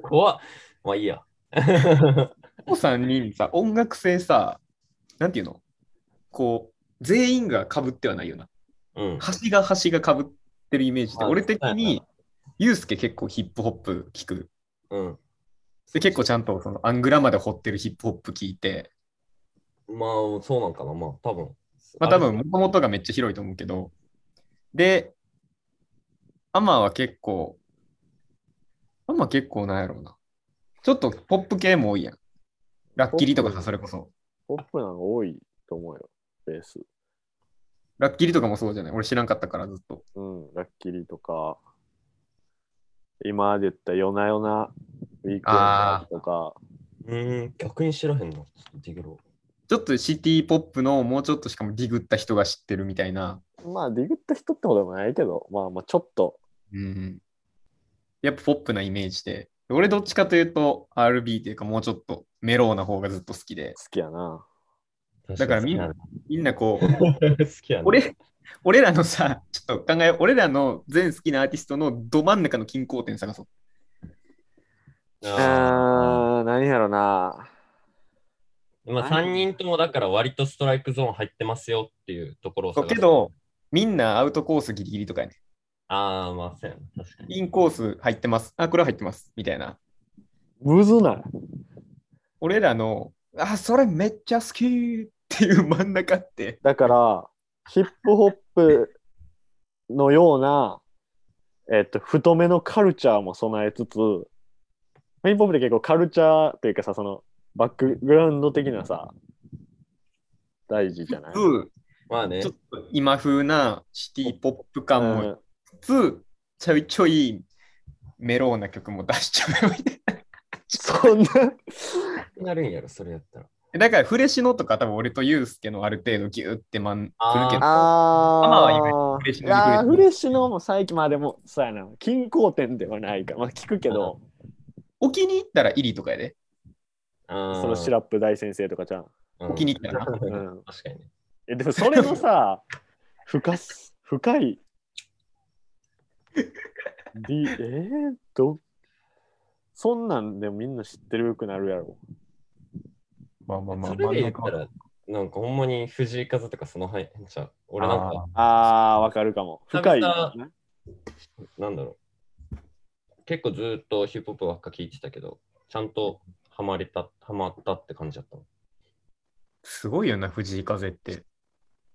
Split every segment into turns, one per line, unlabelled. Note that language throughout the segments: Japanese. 怖っ。まあいいや。
お3人さ、音楽性さ、なんていうのこう、全員が被ってはないよな。
うん。
端が端が被ってるイメージで、
あ
俺的
そうや
に、ユうスケ結構ヒップホップ聞く。
うん。
で結構ちゃんとそのアングラまで掘ってるヒップホップ聞いて、
まあ、そうなんかな。まあ、多分。
まあ多分、もともとがめっちゃ広いと思うけど、で、アマは結構、アマ結構なんやろうな。ちょっとポップ系も多いやん。ラッキリとか
ポッ
さ、
プ
それこそ。
ポップなのが多いと思うよ、ベース。
ラッキリとかもそうじゃない俺知らんかったからずっと。
うん、ラッキリとか、今まで言った夜な夜な、ウィークエン
あ
ドとか、
うーん、逆に知らへんの。ちょっとディグロ
ちょっとシティポップのもうちょっとしかもディグった人が知ってるみたいな。
まあ、ディグった人ってほどでもないけど、まあまあ、ちょっと、
うん。やっぱポップなイメージで。俺どっちかというと RB というかもうちょっとメローな方がずっと好きで。
好きやな。
ー。
だからみんな
好
みんなこう、
きやな。
俺、俺らのさ、ちょっと考えよう、俺らの全好きなアーティストのど真ん中の均衡点探そう。
あ
あー、何やろな。
ーまあ、3人ともだから割とストライクゾーン入ってますよっていうところを
そう
探す
けど、みんなアウトコースギリギリとかやね。
ああ、まあ、そうやな。確かに。
インコース入ってます。あ、これは入ってます。みたいな。
むずない。
俺らの、あ、それめっちゃ好きっていう真ん中って。
だから、ヒップホップのような、えっと、太めのカルチャーも備えつつ、ヒップホップって結構カルチャーというかさ、そのバックグラウンド的なさ、大事じゃない、
まあね
ちょっ。と今風なシティポップ感
う
も
ん
つつ、ちょいちょいメローな曲も出しちゃうみたい
そんな、
なるんやろ、それやったら。
な。 だからフレシノとか多分俺とユースケのある程度ギューってまんくるけど、
あ
は意外とフレッシュ
ー
のリクエスト
あー、フレッシュのも最近、まあでも、そうやな、均衡点ではないか、まあ聞くけど、
お気に入ったらイリとかやで。
そ
そのシラップ大先生とかじゃん。
お気に入ったらな。
う
確
ん
かにね。
えでもそれの さ深す深 い D えー、どそんなんでもみんな知ってるよくなるやろ
まあまあまあ、
それで言ったら、なんかほんまに藤井風とかその辺ちゃう。俺なんか、
あーわかるかも深い
久なんだろう。結構ずーっとヒップホップばっか聞いてたけど、ちゃんとハマれた、ハマったって感じだったの。
すごいよな、藤井風って。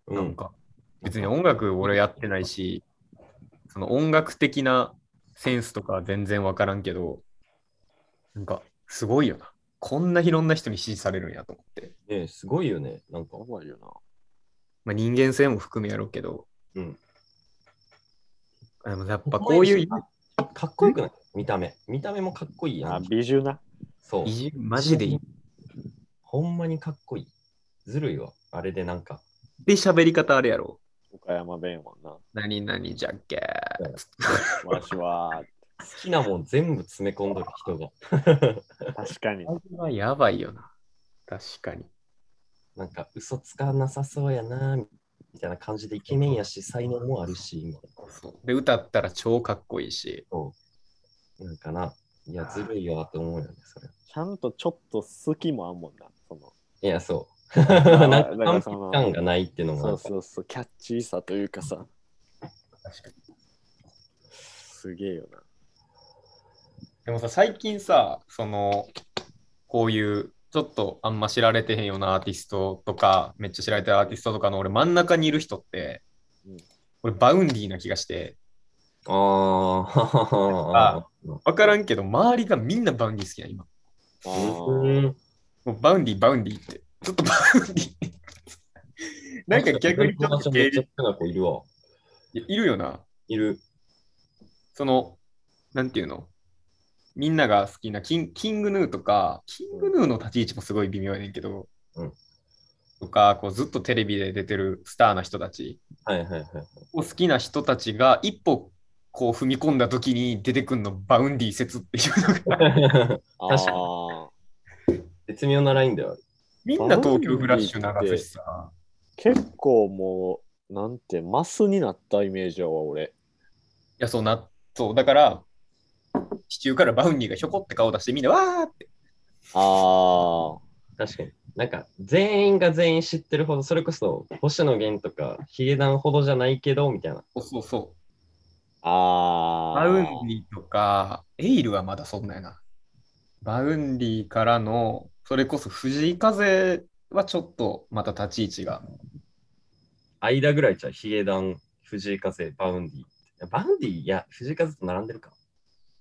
う
なんか、別に音楽俺やってないし、その音楽的なセンスとかは全然わからんけど、なんか、すごいよな。こんないろんな人に支持されるんやと思って。
ねえすごいよね。なんか、
怖いよな
まあ、人間性も含めやろうけど、
うん。
でもやっぱこういう、
かっこよくない見た目。見た目もかっこいいや
あ
ん。
美獣な
そう。
移住マジでいい。
ほんまにかっこいい。ずるいわ。あれでなんか、
で、喋り方あれやろ。
岡山弁やもんな
何々じゃっけー。
わしは
好きなもん全部詰め込んどる人が。
確かに
あれはやばいよな。確かに。
なんか、嘘つかなさそうやな、みたいな感じでイケメンやし、才能もあるし、みたいな
で、歌ったら超かっこいいし。
なんかな。いや、ずるいわって思うよね、それ。
ちゃんとちょっと好きもあんもんなその
いや、そう。
ー
なんか、
なんか
完
そ
璧
の
感がないっていうのも
そ
なん
う
か
そうそうキャッチーさというかさ
確かに。
すげえよな
でもさ、最近さ、その、こういう、ちょっとあんま知られてへんようなアーティストとか、めっちゃ知られてるアーティストとかの俺真ん中にいる人って
うん、
俺バウンディーな気がして、
あー
わからんけど、周りがみんなバウンディー好きな、今。
あ
う
ー
ん。
もうバウンディー、バウンディーって。ちょっとバウンディ ー。なんか逆にちょっと
め
芸
っちゃ
術
好きな子いるわ。
いるよな。
いる。
その、なんていうのみんなが好きなキンキングヌーとか、キングヌーの立ち位置もすごい微妙やねんけど、
うん
とか、こうずっとテレビで出てるスターな人たち
はいはいはい。
を好きな人たちが一歩こう踏み込んだ時に出てくるのバウンディ説っていうのが、
あ
確かに
ー
絶妙なラインだよ。
みんな東京フラッシュ流すしさ、
結構もう、なんて、マスになったイメージやわ、俺。
いや、そうな、そう、だから、地中からバウンディがひょこって顔出してみんなわーって。
あ
確かに。なんか、全員が全員知ってるほど、それこそ、星野源とか、ヒゲダンほどじゃないけど、みたいな。
そうそうそ
あ。あ
う。バ
あ。
ウンディとか、エイルはまだそんなやな。バウンディからの、それこそ藤井風はちょっとまた立ち位置が。
間ぐらいじゃうヒゲダン、藤井風、バウンディいや。バウンディいや、藤井風と並んでるか。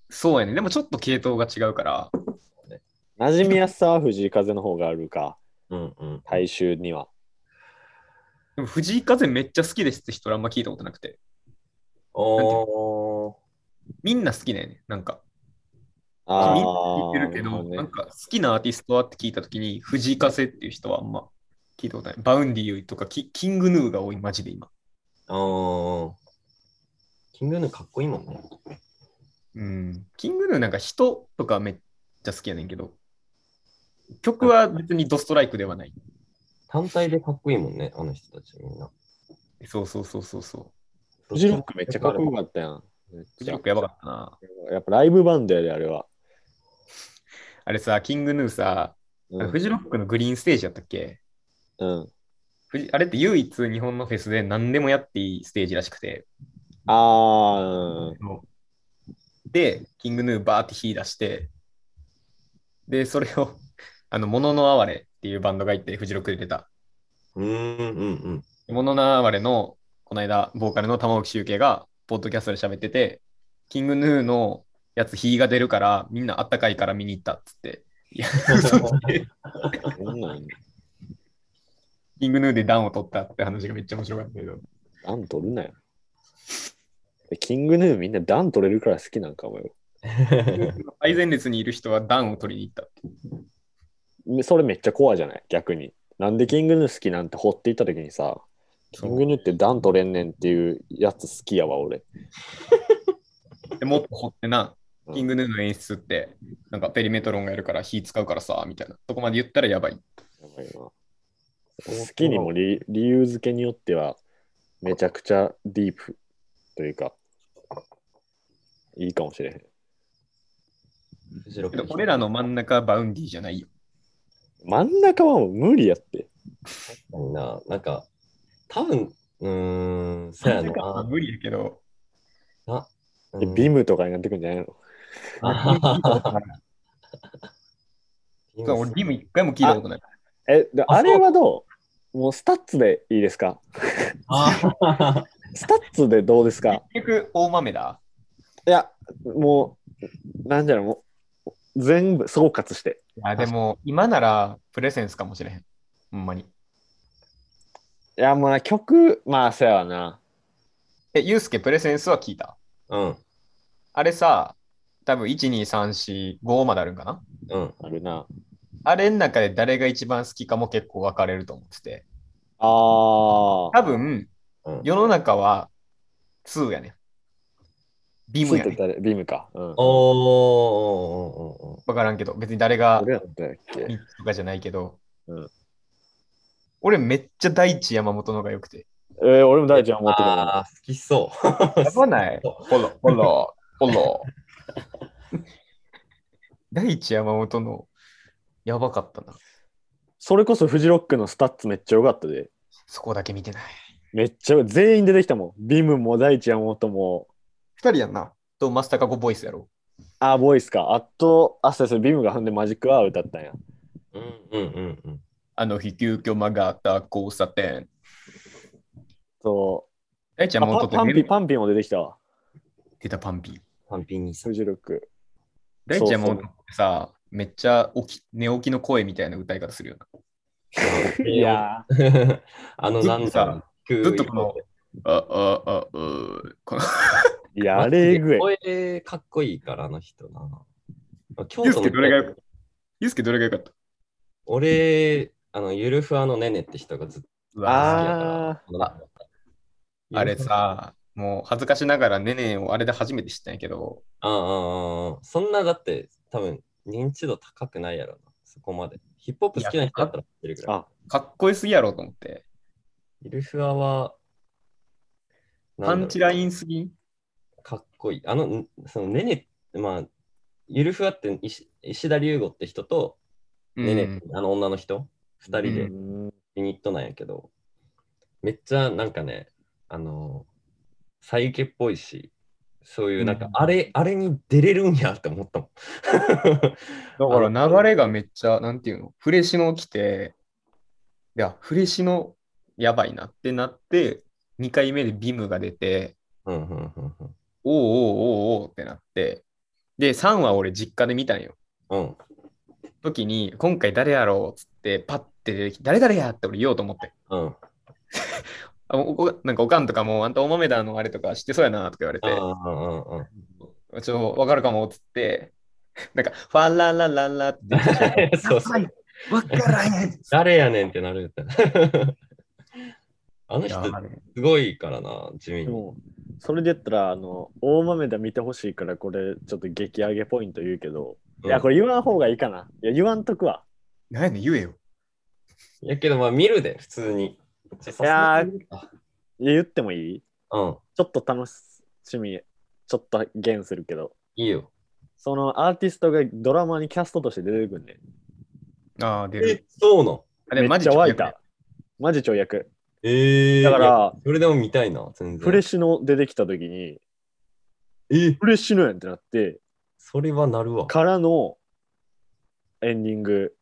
そうやね。でもちょっと系統が違うから。
馴染みやすさは藤井風の方があるか、
うんうん。
大衆には。
でも藤井風めっちゃ好きですって人あんま聞いたことなくて。
おー。
みんな好きだよね。なんか。
あ
みんな
あ
聞いてるけど、
な
なん
る
か好きなアーティストはって聞いたときに、藤井風っていう人はあんま聞いたことない。バウンディよりとかキ、キングヌーが多い、マジで今。
あー。キングヌーかっこいいもんね。
うん。キングヌーなんか人とかめっちゃ好きやねんけど、曲は別にドストライクではない。
単体でかっこいいもんね、あの人たちみんな。
そうそうそうそうそう。
フジロックめっちゃかっこよかったやん。めっちゃ
フジロックやばかったな。
やっぱライブバンドやで、あれは。
あれさ、キングヌーさ、
うん
フジロックのグリーンステージやったっけ
うん、
フジあれって唯一日本のフェスで何でもやっていいステージらしくて、
あー、
で、キングヌーバーって火出して、で、それを、 あの、もののあわれっていうバンドがいて、フジロックで出た。
うーんうんうん。
もののあわれの、この間、ボーカルの玉置周慶が、ポッドキャストで喋ってて、キングヌーのやつ火が出るから、みんなあったかいから見に行ったっつって、いや、嘘つけ
うん。なんなん
キングヌーで暖を取ったって話がめっちゃ面白かったけど。
段取るなよ。でキングヌーみんな段取れるから好きなんかもよ。
最前列にいる人は暖を取りに行ったって。
それめっちゃコアじゃない逆に。なんでキングヌー好きなんて掘っていった時にさ、キングヌーって段取れんねんっていうやつ好きやわ、俺。
でもっと掘ってな、
うん
キングヌーの演出って、なんかペリメトロンがやるから火使うからさ、みたいな。そこまで言ったらやばい。
やばいな好きにも理理由付けによっては、めちゃくちゃディープというか、いいかもしれへん。
フジロッ
け
ク
ど、俺らの真ん中バウンディじゃないよ。
真ん中はもう無理やって。
そうやな、なんか、多分うーん、そう
真
や
ん中は
な。
無理やけど、
う
で
ん
ビムとかになってくんじゃないの
ビ
そう 俺、リム一回も聞いたことない。
え、で
あ
あれはどうもうスタッツでいいですか
あ
スタッツでどうですか
結局、大豆だ。
いや、もう、なんじゃろう、もう、全部総括して。
いや、でも、今ならプレセンスかもしれへん。ほんまに。
いや、もうな、曲、まあ、そうやわな。
え、ユうスケ、プレセンスは聞いた。
うん、
あれさ、多分1、2、3、4、5まであるんかな
うん。
あるな。
あれの中で誰が一番好きかも結構分かれると思ってて。
あ
多
あ。
分、
うん
世の中は2やねん。ビームや
つい
ね
て
ん。
たらビームか。うん。
おーおーおーおーおー
わからんけど、別に誰が
俺やったっけ
3つとかじゃないけど、
うん
俺めっちゃ大地山本のが良くて。
えー、俺も大ちゃん持ってた
ああ、好きそう。
やばないほら、ほら、ほら。 大地山本のやばかったな。
それこそフジロックのスタッツめっちゃ良かったで。
そこだけ見てない。
めっちゃ全員出てきたもん。ビームも大ちゃんもとも。
2人やんな。と、マスタカコボイスやろ。
あー、ボイスか。あと、あ、そうそう、ビームがほんでマジックアウだったんや。
うんうんうんうん。
あの日、急遽曲がった交差点。
そ
大地
う。
山
あパ
本
ンパンピ、
ン
パンピも出てきたわ。
出たパンピー。
パンピーニさん。
フジロック。
大ちゃん
そう
も
そう
さ、めっちゃ起き寝起きの声みたいな歌い方するよ
いや
あの、なんだろう。
ずっとこのな。あ、あ、あ、うーこの
ー、いや、あれえぐい。
声かっこいいから、あの人な。京
ユー
都の
スケどれがよかったユースケどれがよかった
俺、あの、ゆるふわのねねって人がずっと
あ
好きやから。
あれ。さ、もう恥ずかしながらねねをあれで初めて知ったんやけど、
ああああそんなだって多分認知度高くないやろな、そこまで。ヒップホップ好きな人だったら知ってるぐらい。
あ、
かっこよすぎやろと思って。
イルフアは、
パンチ
ラ
ラインすぎん
かっこいい。あの、んそのねね、まあ、ゆるふわって石石田龍吾って人と、ねね、あの女の人、二人
う
で
うん
ユニットなんやけど、めっちゃなんかね、あのー、サイケっぽいし、そういうなん
う
か
ん、
あれ、あれに出れるんやって思ったもん。
だ
あ
か
の
ら流れがめっちゃ、なんていうの、フレシノ来て、いや、フレシノやばいなってなって、2回目でビムが出て、
うんうんうんうん
おうおうおうおうってなって、で、3話俺実家で見たんよ。
うん。
時に、今回誰やろうっつって、パッて出てきて、誰々やって俺言おうと思って。
うん。
あおおなんかおかんとかも、あんたお豆だのあれとか知ってそうやなとか言われて、
うんうんうん。
ちょ、わかるかもっつって、なんか、ファララララって出てきて
そうそう。
わからんやつ。
誰やねんって なるって。あの
いや
人、
あれ
すごいからな、地味
で
に。
もそれで言ったら、あの、大豆田見てほしいから、これ、ちょっと激上げポイント言うけど、いや、こ
れ。
れ言わん方がいいかな。いや、言わんとくわ。
なんやねん、言えよ。
やけど、まあ、見るで、普通に。い
やーいや言ってもいい
うん。
ちょっと楽しみ、ちょっと減するけど、
いいよ。
そのアーティストがドラマにキャストとして出てくんねん。
ああ、出る。
え、そうなん
あ
めっち
ち
ゃ
ょ
湧
っ
い
とやっぱ
た。マジ跳躍。
えー、
だか
いや、
ら、
それでも見たいな、全然。
フレッシュの出てきた時に、
え、
フレッシュのやんってなって、
それはなるわ。
からのエンディング、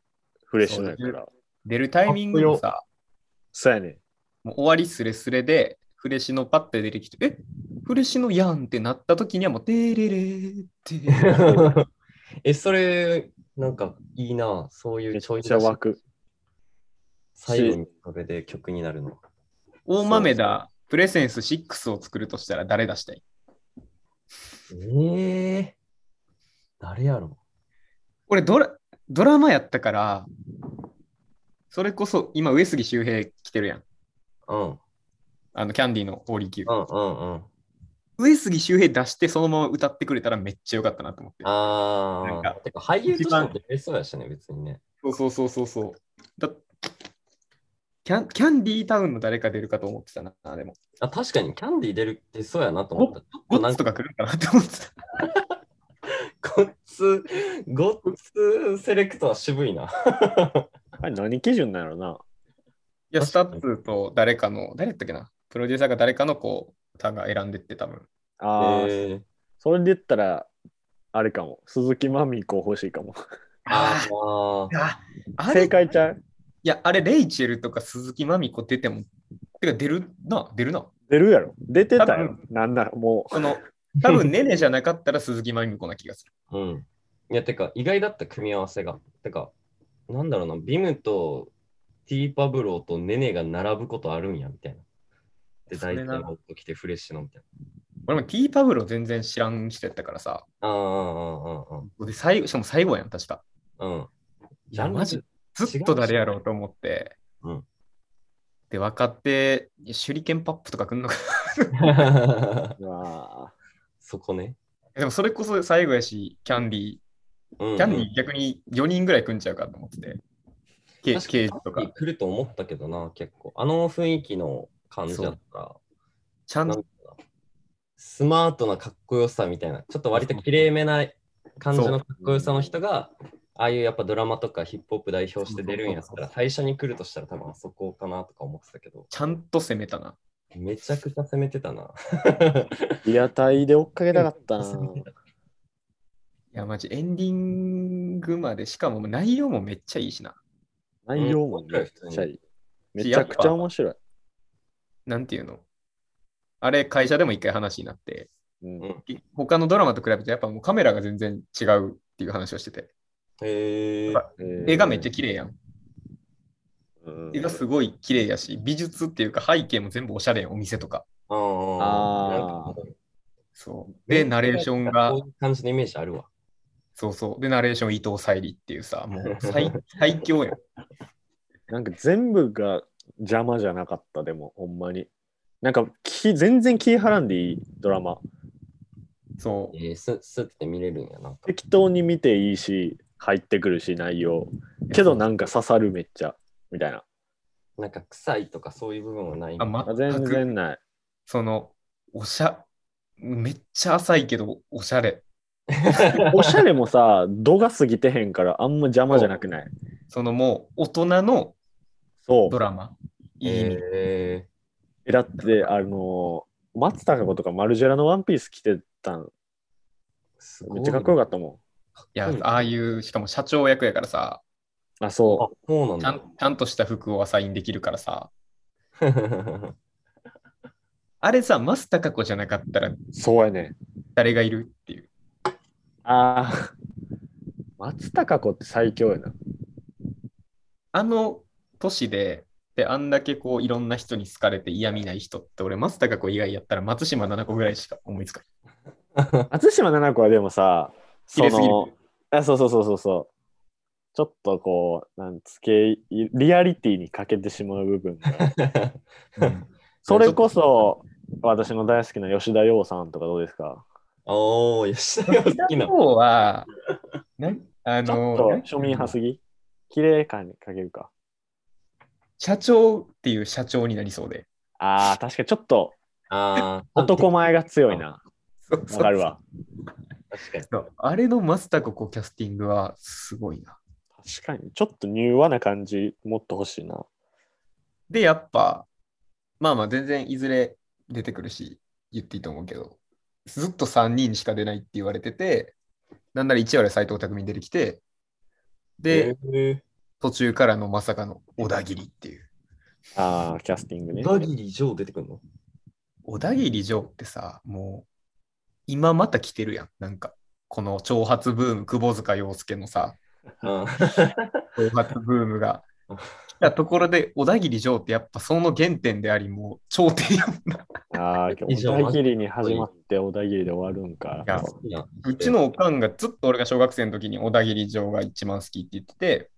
フレッシュのやから。
出るタイミングもさ、
そうやねん。
もう終わりすれすれで、フレシノパッて出てきて、えフレシノやんってなった時にはもう、てれれーって。
え、それ、なんかいいな、そうい
め
う
っ
ちょい
ちゃ湧く。
最後にそれで曲になるの。
大豆だ、プレセンス6を作るとしたら誰出したい
えー、誰やろ
俺ドラ、ドラマやったから、それこそ今、上杉周平来てるやん。
うん、
あの、キャンディーのホーリー Q
う。ん、うん、うん。
上杉周平出して、そのまま歌ってくれたらめっちゃよかったなと思って。な
あ
んか
ー、てか俳優としても出れそうやしね、別にね。
そうそうそうそうそうだキャン。キャンディータウンの誰か出るかと思ってたな、でも。
あ、確かにキャンディー出る出そうやなと思った。ちょ
ゴ
っとなん
ッツと
か、
か来るかなって 思ってた。
ごっつ、ごっつセレクトは渋いな。
あれ何基準なんやろな。
いや、ス
確か
タ
に
ッツと誰かの、誰やったっけな、プロデューサーが誰かのこう、歌が選んでって多分。
ああ、
えー
それで言ったら、あれかも。鈴木まみ子欲しいかも。
あー
ああれ
正解ちゃう
いや、あれ、レイチェルとか鈴木まみ子出ても、てか出るな、出るな。
出るやろ。出てた
多
よ
分。
なんならも
その、多分ネネじゃなかったら鈴木まみ子な気がする。
うん。いや、てか、意外だった組み合わせが。てか、なんだろうな、ビムとティーパブローとネネが並ぶことあるんや、みたいな。で、
そ
大
れ
体
な
持ってきてフレッシュの、みたい
俺も T パブロ全然知らん人やったからさ。
な。ああ、
で、最後、しかも最後やん、確か。
ああ、うん。
いや、
ジャンル
マジ、ずっと誰やろうと思って。
うん
で、若手、いや手裏剣パップとか来んのかな。
う。あ
そこね。
でも、それこそ最後やし、キャンディー。
うんうん
キャンディー逆に4人ぐらい組んちゃうかと思ってて。ケ
確か
刑
に
事とか。
来ると思ったけどな、結構。あの雰囲気の感じだったら。
ちゃん
なん
と
かスマートなかっこよさみたいな、ちょっと割ときれいめな感じのかっこよさの人が、ああいうやっぱドラマとかヒップホップ代表して出るんやったら、最初に来るとしたら多分あそこかなとか思ってたけど、
ちゃんと攻めたな。
めちゃくちゃ攻めてた な。
あ。リアタイで追っかけたかっ たな。
いや、マジエンディングまで、しかも内容もめっちゃいいしな。
内容もめっちゃいい。めちゃくちゃ面白い。
なんていうのあれ、会社でも一回話になって、
うん
うん
他のドラマと比べてやっぱもうカメラが全然違うっていう話をしてて、
へえ
やっぱ絵がめっちゃ綺麗やん。
うん
絵がすごい綺麗やし、美術っていうか背景も全部おしゃれやん、お店とか。
あー
あー
そう。で、ナレーションが
こう、いう感じのイメージあるわ。
そうそう。で、ナレーション伊藤沙莉っていうさ、もう 最最強やん。
なんか全部が邪魔じゃなかった、でも、ほんまに。なんか気、全然気張らんでいいドラマ。
そう
え。ー、すすって見れるんやな。
適当に見ていいし、入ってくるし、内容。けどなんか刺さる、めっちゃ。みたいな。
なんか臭いとかそういう部分はない。
あ、全
全
く、
然ない。
その、おしゃ、めっちゃ浅いけど、おしゃれ。
おしゃれもさ、度が過ぎてへんから、あんま邪魔じゃなくない
そのもう大人の
そう
ド。ラマ。いい意味。
え
えだって、あのー、松たか子とかマルジェラのワンピース着てたん、
ー、すご
め
い。
っちゃかっこよかったも
いや、ああいう、しかも社長役やからさ、
ん。あ、そ
あ、そうなん
ちゃ
だ。
んちゃんとした服をアサインできるからさ、あれさ、マスタカ子じゃなかったら
う。そうやね。
誰がいるっていう。
ああ。松たか子って最強やな。
あの年で、で、あんだけこういろんな人に好かれて嫌味ない人って、俺、松たか子以外やったら松島菜々子ぐらいしか思いつか
松島奈々子はでもさ、
綺麗すぎる
そのあそうそうそうそうそう。ちょっとこう、なんつけ、リアリティに欠けてしまう部分 が。
ない。
それこそ、私の大好きな吉田羊さんとかどうですか
おー、 吉田よ、好きな
今。日は、なんあ
ちょ
の
っと庶民派すぎ綺麗感に欠けるか。
社長っていう社長になりそうで。
ああ、確かにちょっと
あー、
男前が強いな。
そうそう
わかるわ。
確かに。
そうあれのマスタココキャスティングはすごいな。
確かに、ちょっと柔和な感じもっと欲しいな。
で、やっぱ、まあまあ全然いずれ出てくるし、言っていいと思うけど、ずっと3人しか出ないって言われてて、なんなら1話で斎藤匠出てきて、で、
え
途中からのまさかの小田切っていう。
ああ、キャスティングね。
ー、小田切城出てくるの
小田切城ってさ、もう、今また来てるやん。なんか、この挑発ブーム、窪塚洋介のさ、
あ
挑発ブームが
うん
来たところで、小田切城ってやっぱその原点であり、もう頂点やんな。
ああ、
以上
小田切に始まって小田切で終わるんか
い。や
好きな
うちのおかんがずっと俺が小学生の時に小田切城が一番好きって言ってて、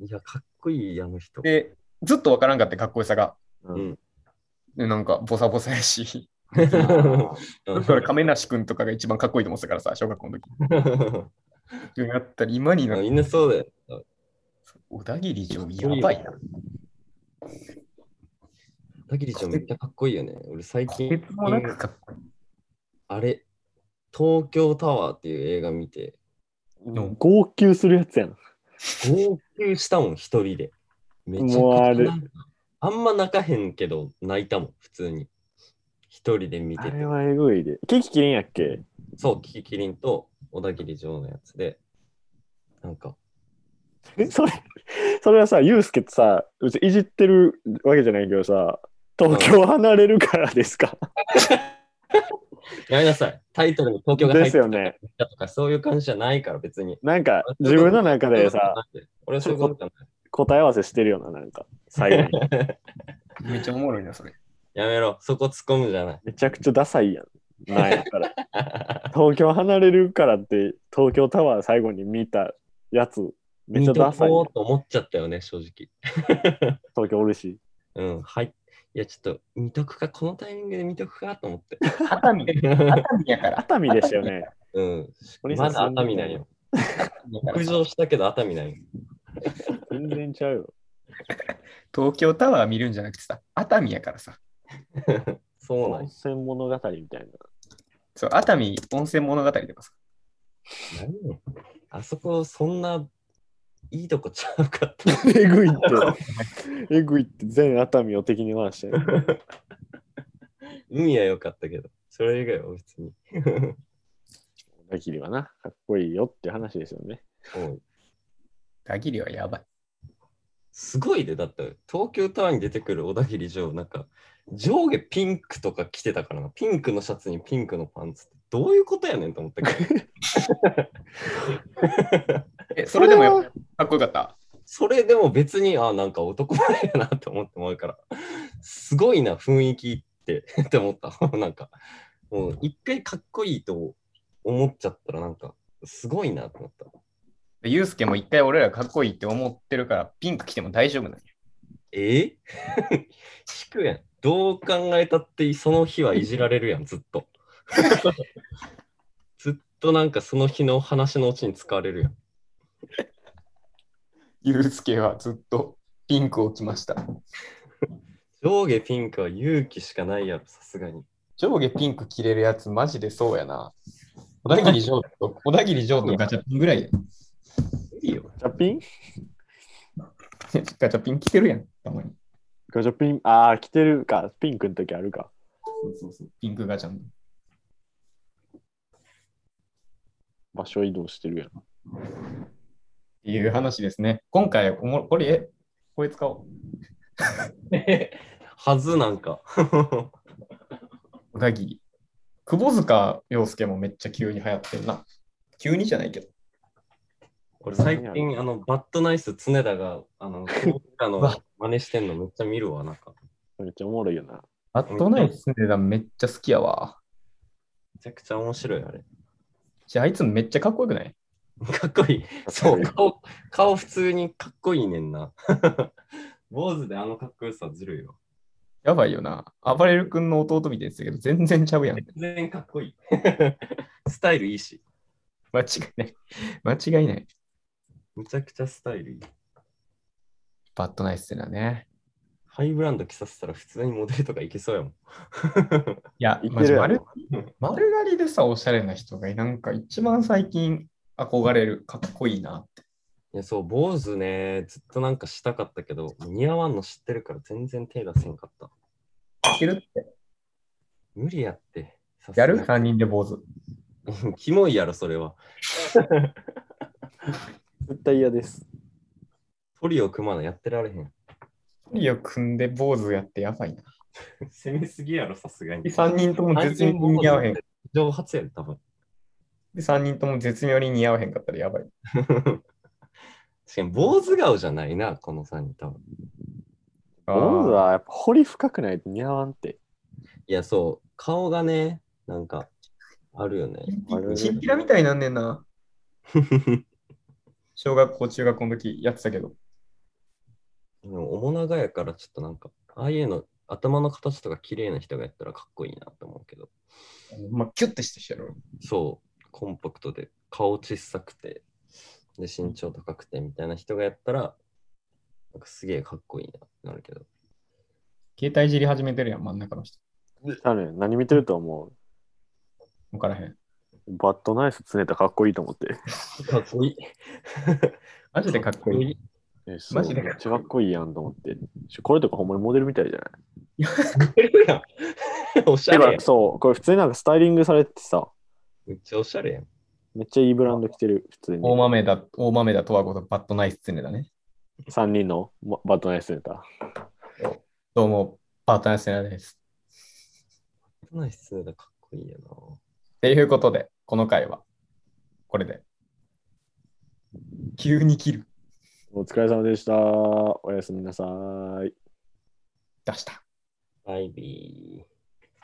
いや、かっこいい、あの人。
で、ずっとわからんかったかっこよさが。
う
うんん。
でなんか、ボサボサやし、
あー
それ亀梨君とかが一番かっこいいと思ってたからさ、小学校の時。やったり、今になっ
み
て、
んなそうだよ。
小田切城やばいな。
小田切城めっちゃかっこいいよね。俺最
と
近
て、つもなくかっこいい。
あれ、東京タワーっていう映画見て、
うん
号泣するやつやん。
号泣したもん、一人で。めちゃ
もうあ
くちゃ
れ
なんかあんま泣かへんけど、泣いたもん、普通に。一人で見
あ
て
れ
て。
はえぐいで。キキキリンやっけ
そう、キキキリンと小田切城のやつで、なんか、
それ、それはさ、ユうスケってさ、別にいじってるわけじゃないけどさ、東京離れるからですか、
やめなさい。タイトルに東京が入
で
っ
す
て
よね。
たとか、そういう感じじゃないから、別に。
なんか、自分の中でさ、
俺はそういうことじゃない。
答え合わせしてるよな、なんか、最後に。
めっちゃおもろいな、それ。
やめろ、そこ突っ込むじゃない。
めちゃくちゃダサいやん。なんやったら。東京離れるからって、東京タワー最後に見たやつ、めっちゃダサいやん。
見とこうと思っちゃったよね、正直。
東京おるし。
うん、はい。いや、ちょっと見とくか、このタイミングで見とくかと思って。
熱海、熱海や から。
熱海でしたよね。
うん。
お兄さ
ま
ん
だ熱海なんよ。北上したけど熱海なんよ。
全然ちゃうよ。
東京タワー見るんじゃなくてさ、熱海やからさ。
そうなんよ。
温泉物語みたいな。
そう、熱海温泉物語とかさ。
何よあそこ、そんな、いいとこちゃうかった。
えぐい って、えぐいって全熱海を敵に回してる。
海は良かったけど、それ以外は別に。
小田切はな、かっこいいよって話ですよね。
もう
小田切はやばい。
すごいで、だって、東京タワーに出てくる小田切城、なんか、上下ピンクとか着てたからな。ピンクのシャツにピンクのパンツって、どういうことやねんと思ったけど、
え、それでもやっぱかっこよかった。
それでも別に、あ、なんか男前やなって思ってもらうから、すごいな、雰囲気って、って思った。 もうなんか、もう一回かっこいいと思っちゃったら、なんか、すごいなと思った。
ユうスケも一回俺らかっこいいって思ってるから、ピンク着ても大丈夫なんや。
え 引くやん。どう考えたってその日はいじられるやん、ずっと。 ずっとなんかその日の話のうちに使われるやん。
ユうスケはずっとピンクを着ました。
上下ピンクは勇気しかないやろ、さすがに。
上下ピンク着れるやつマジでそうやな。小田切城と、小田切城とガチャピンぐらいや。 いいよ。
ガチャピン
ガチャピン来てるやん、たまに。
ガチャピン、ああ、着てるか。ピンクの時あるか。
そうそうそう。ピンクガチャの。
場所移動してるやん。
っていう話ですね。今回おも、これ、えこれ使おう。
はずなんか。
小田切。久保塚洋介もめっちゃ急に流行ってるな。急にじゃないけど。
俺最近、あの、バッドナイス常田が、あ の、久保塚の真似してんのめっちゃ見るわ、なんか。
めっちゃおもろいよな。
あットナイスでだめっちゃ好きやわ。
めちゃくちゃ面白い、あれ。
じゃあ、あいつめっちゃかっこよくない
かっこいい。そう、顔、顔普通にかっこいいねんな。 坊主であのかっこよさずるいよ。
やばいよな。暴れる君の弟みたいですけど、全然ちゃうやん。
全然かっこいい。 スタイルいいし。
間違いない。 間違いない。
めちゃくちゃスタイルいい。
バッドナイスってのはね。
ハイブランド着させたら普通にモデルとかいけそうやもん。
いや、
いけ
マジ
るや
丸
ろ。
丸刈りでさ、おしゃれな人がいなんか一番最近憧れる、かっこいいなって。
いや、そう、坊主ね、ずっとなんかしたかったけど、似合わんの知ってるから全然手出せんかった。
いけるって。
無理やって。さすが
やる
に
?3 人で坊主。
キモいやろ、それは。
絶対嫌です。
トリオ組まなやってられへん。
いや、組んで坊主やってやばいな。
攻めすぎやろ、さすがに。
3人とも絶妙に似合わへん。で、
上発やで、多分。
3人とも絶妙に似合わへんかったらやばい。
確かに、坊主顔じゃないな、この3人、多分。
坊主はやっぱ掘り深くないと似合わんって。
いや、そう、顔がね、なんか、あるよね。
あれ
チンピラみたいになんねんな。小学校、中学校の時やってたけど。
でも、面長やから、ちょっとなんか、ああいうの、頭の形とか綺麗な人がやったらかっこいいなと思うけど、
まあ、キュッてしてしてやろ。
そう、コンパクトで、顔小さくて、で、身長高くてみたいな人がやったら、なんかすげえかっこいいなってなるけど。
携帯いじり始めてるやん、真ん中の人。
あれ、何見てると思う
わからへん。
バッドナイス常田かっこいいと思って。
かっこいい。
マジでかっこいい。
え
マジで
そうめっちゃかっこいいやんと思って。しこれとかほんまにモデルみたいじゃない
いるやん。 おしゃ
て
れや
か
ん。
そう、これ普通になんかスタイリングされててさ、
めっちゃおしゃれやん。
めっちゃいいブランド着てる、普通に。
大豆だ、大豆だとはことバッドナイスつねだね。
3人のまバッドナイス常田。
どうも、バッドナイスつねだです。
ナイスだ、かっこいいよな。
っていうことで、この回は、これで。急に切る。
お疲れ様でした。おやすみなさい。
出した。
バイビー。